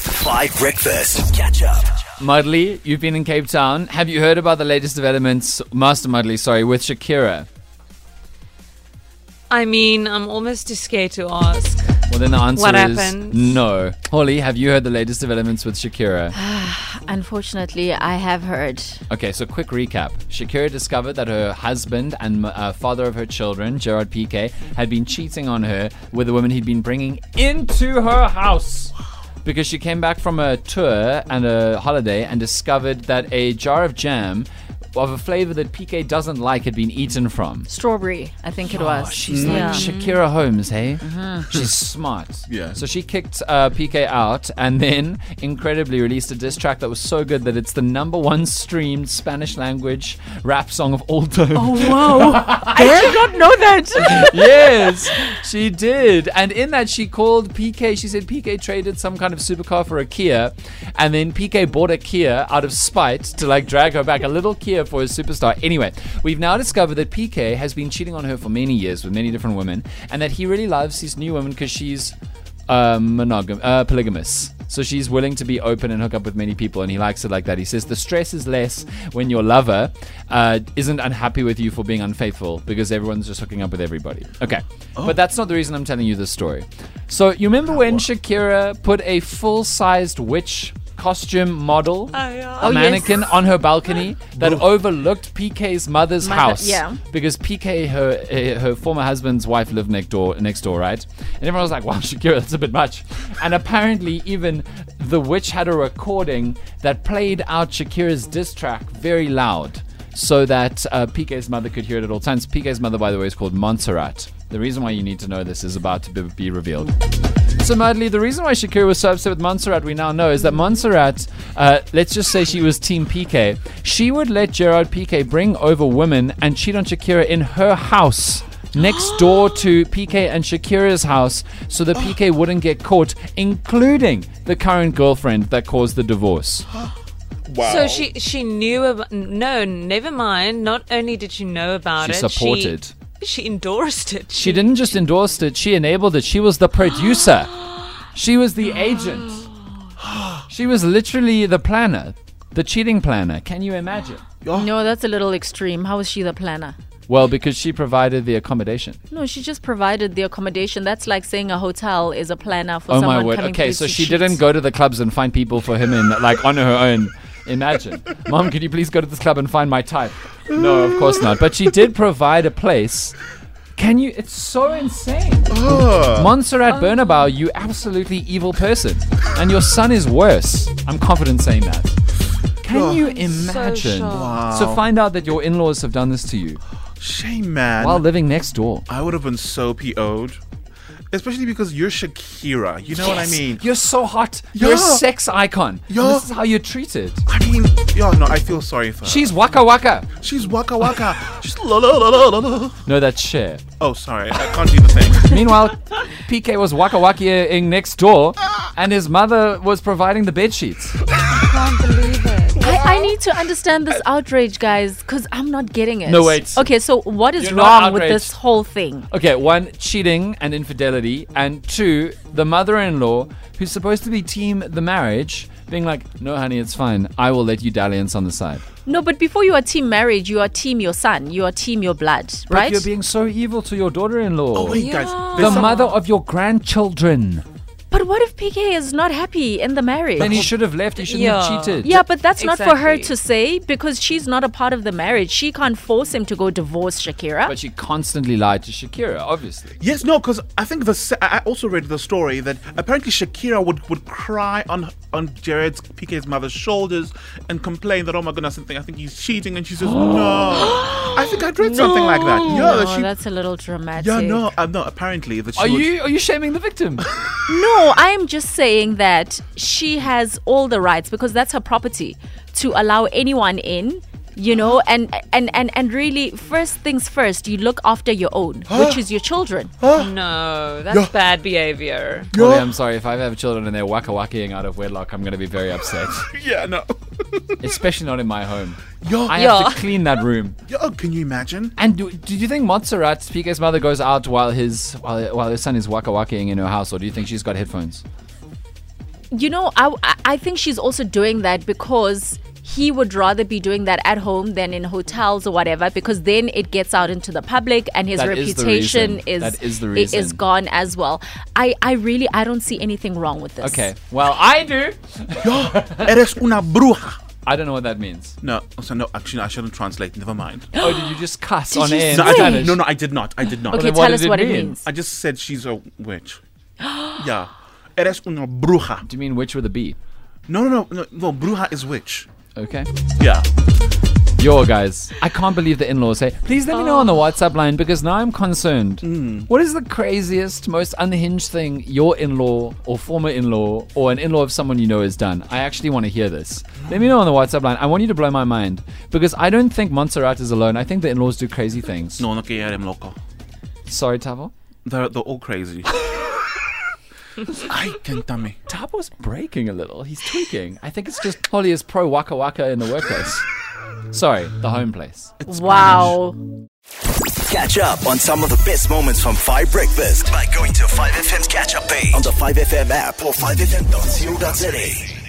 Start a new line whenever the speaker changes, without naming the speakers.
Five Breakfast. Catch up.
Mudley, you've been in Cape Town. Have you heard about the latest developments, Master Mudley, sorry, with Shakira?
I mean, I'm almost too scared to ask.
Well, then the answer
What
is
happened?
no. Holly, have you heard the latest developments with Shakira?
Unfortunately, I have heard.
Okay, so quick recap. Shakira discovered that her husband and uh, father of her children, Gerard Piqué, had been cheating on her with a woman he'd been bringing into her house. Because she came back from a tour and a holiday and discovered that a jar of jam of a flavor that Piqué doesn't like had been eaten from.
Strawberry, I think it Mm.
Oh,
was.
she's like Shakira Holmes, hey? She's smart.
Yeah.
So she kicked uh, PK out and then incredibly released a diss track that was so good that it's the number one streamed Spanish language rap song of all time. yes, she did. And in that, she called PK. She said PK traded some kind of supercar for a Kia, and then PK bought a Kia out of spite to like drag her back. A little Kia for a superstar. Anyway, we've now discovered that PK has been cheating on her for many years with many different women, and that he really loves his new woman because she's um, monogam- uh, polygamous. So she's willing to be open and hook up with many people, and he likes it like that. He says the stress is less when your lover uh, isn't unhappy with you for being unfaithful because everyone's just hooking up with everybody. Okay, but that's not the reason I'm telling you this story. So you remember when Shakira put a full-sized witch costume model
yeah.
a mannequin on her balcony that overlooked PK's mother's
Mother-
house?
yeah.
because PK, her eh, her former husband's wife, lived next door, next door, right? And everyone was like, "Wow, Shakira, that's a bit much." And apparently, even the witch had a recording that played out Shakira's diss track very loud, so that uh, PK's mother could hear it at all times. PK's mother, by the way, is called Montserrat. The reason why you need to know this is about to be, be revealed. So, Madly, the reason why Shakira was so upset with Montserrat, we now know, is that Montserrat, uh, let's just say she was Team PK. She would let Gerard PK bring over women and cheat on Shakira in her house. Next door to PK and Shakira's house, so that PK wouldn't get caught, including the current girlfriend that caused the divorce.
Wow.
So she she knew about. No, never mind. Not only did she know about
She
it,
supported.
She, she endorsed it.
She didn't just endorse it, she enabled it. She was the producer, she was the agent, she was literally the planner, the cheating planner. Can you imagine?
No, that's a little extreme. How is she the planner?
Well, because she provided the accommodation.
No, she just provided the accommodation. That's like saying a hotel is a planner for
oh
someone
my word.
coming
Okay,
through
so
to
she
shoot.
didn't go to the clubs and find people for him in like on her own. Imagine. Mom, could you please go to this club and find my type? No, of course not. But she did provide a place. Can you it's so insane. Montserrat Bernabeu, you absolutely evil person. And your son is worse. I'm confident saying that. Can you imagine?
shocked.
So find out that your in-laws have done this to you
Shame, man.
while living next door.
I would have been so PO'd. Especially because you're Shakira. You know what I
Yes,
mean?
You're so hot. You're a
Yeah.
sex icon. And
Yeah.
This is how you're treated.
I mean, yo, no, I feel sorry for her.
She's waka waka.
She's waka waka. She's la la la la la la.
No, that's Cher.
Oh, sorry. I can't do the thing.
Meanwhile, PK was waka wakaing next door, and his mother was providing the bed sheets.
I, I need to understand this outrage, guys, because I'm not getting it.
No, wait.
Okay, so what is
You're not
wrong with
outraged.
this whole thing?
Okay, one, cheating and infidelity, and two, the mother in law, who's supposed to be team the marriage, being like, no, honey, it's fine. I will let you dalliance on the side.
No, but before you are team marriage, you are team your son, you are team your blood,
But
right?
you're being so evil to your daughter in law.
Oh, wait, guys.
Yeah.
the
there's some-
mother of your grandchildren.
but what if PK is not happy in the marriage?
Then he should have left. He shouldn't
Yeah.
have cheated.
Yeah, but that's not for her
Exactly.
to say because she's not a part of the marriage. She can't force him to go divorce Shakira.
But she constantly lied to Shakira, obviously.
Yes, no, because I think the se- I I also read the story that apparently Shakira would, would cry on on Jared's PK's mother's shoulders and complain that oh my goodness, I think I think he's cheating, and she says no. I think I read something like that. Yeah,
no,
that she,
that's a little dramatic.
yeah, no, uh, no. Apparently that she
Are
would-
you are you shaming the victim?
No, I'm just saying that she has all the rights because that's her property to allow anyone in. You know, and, and and and really, first things first, you look after your own, which is your children.
No, that's bad behavior.
Ollie, I'm sorry. If I ever have children and they're waka wakaing out of wedlock, I'm going to be very upset.
Yeah, no.
Especially not in my home.
Yo,
I
Yeah.
have to clean that room.
yo, Oh, can you imagine?
And do, do you think Montserrat, PK's mother, goes out while his while, while his son is waka wakaing in her house, or do you think she's got headphones?
you know, I, I- I think she's also doing that because he would rather be doing that at home than in hotels or whatever because then it gets out into the public and his
That is the
reputation
reason.
is
That is the
i-
reason.
is gone as well. I, I really I don't see anything wrong with this.
Okay. Well, I do.
Eres una bruja.
I don't know what that means.
No, so no, actually, no, I shouldn't translate. Never mind. No,
Oh, did you just cuss on
you
air? in
say?
I
Spanish?
didn't. No, no, I did not. I did not.
Okay,
then what
tell
did
us
it
what
mean?
it means.
I just said she's a witch. yeah. Eres una bruja.
Do you mean which with a B?
No, no, no, no. Well, bruja is witch.
Okay.
Yeah.
Yo, guys, I can't believe the in-laws. Hey, please let me know on the WhatsApp line because now I'm concerned. What is the craziest, most unhinged thing your in-law or former in-law or an in-law of someone you know has done? I actually want to hear this. Let me know on the WhatsApp line. I want you to blow my mind because I don't think Montserrat is alone. I think the in-laws do crazy things.
No, no, que ya eres loco.
Sorry, Tavo.
They're, they're all crazy. Ay, tentame.
Tavo's breaking a little. He's tweaking. I think it's just Holly is pro waka waka in the workplace. Sorry, the home place.
Wow.
Catch up on some of the best moments from 5 Breakfast by going to 5FM's catch up page on the 5FM app or 5FM.co.za.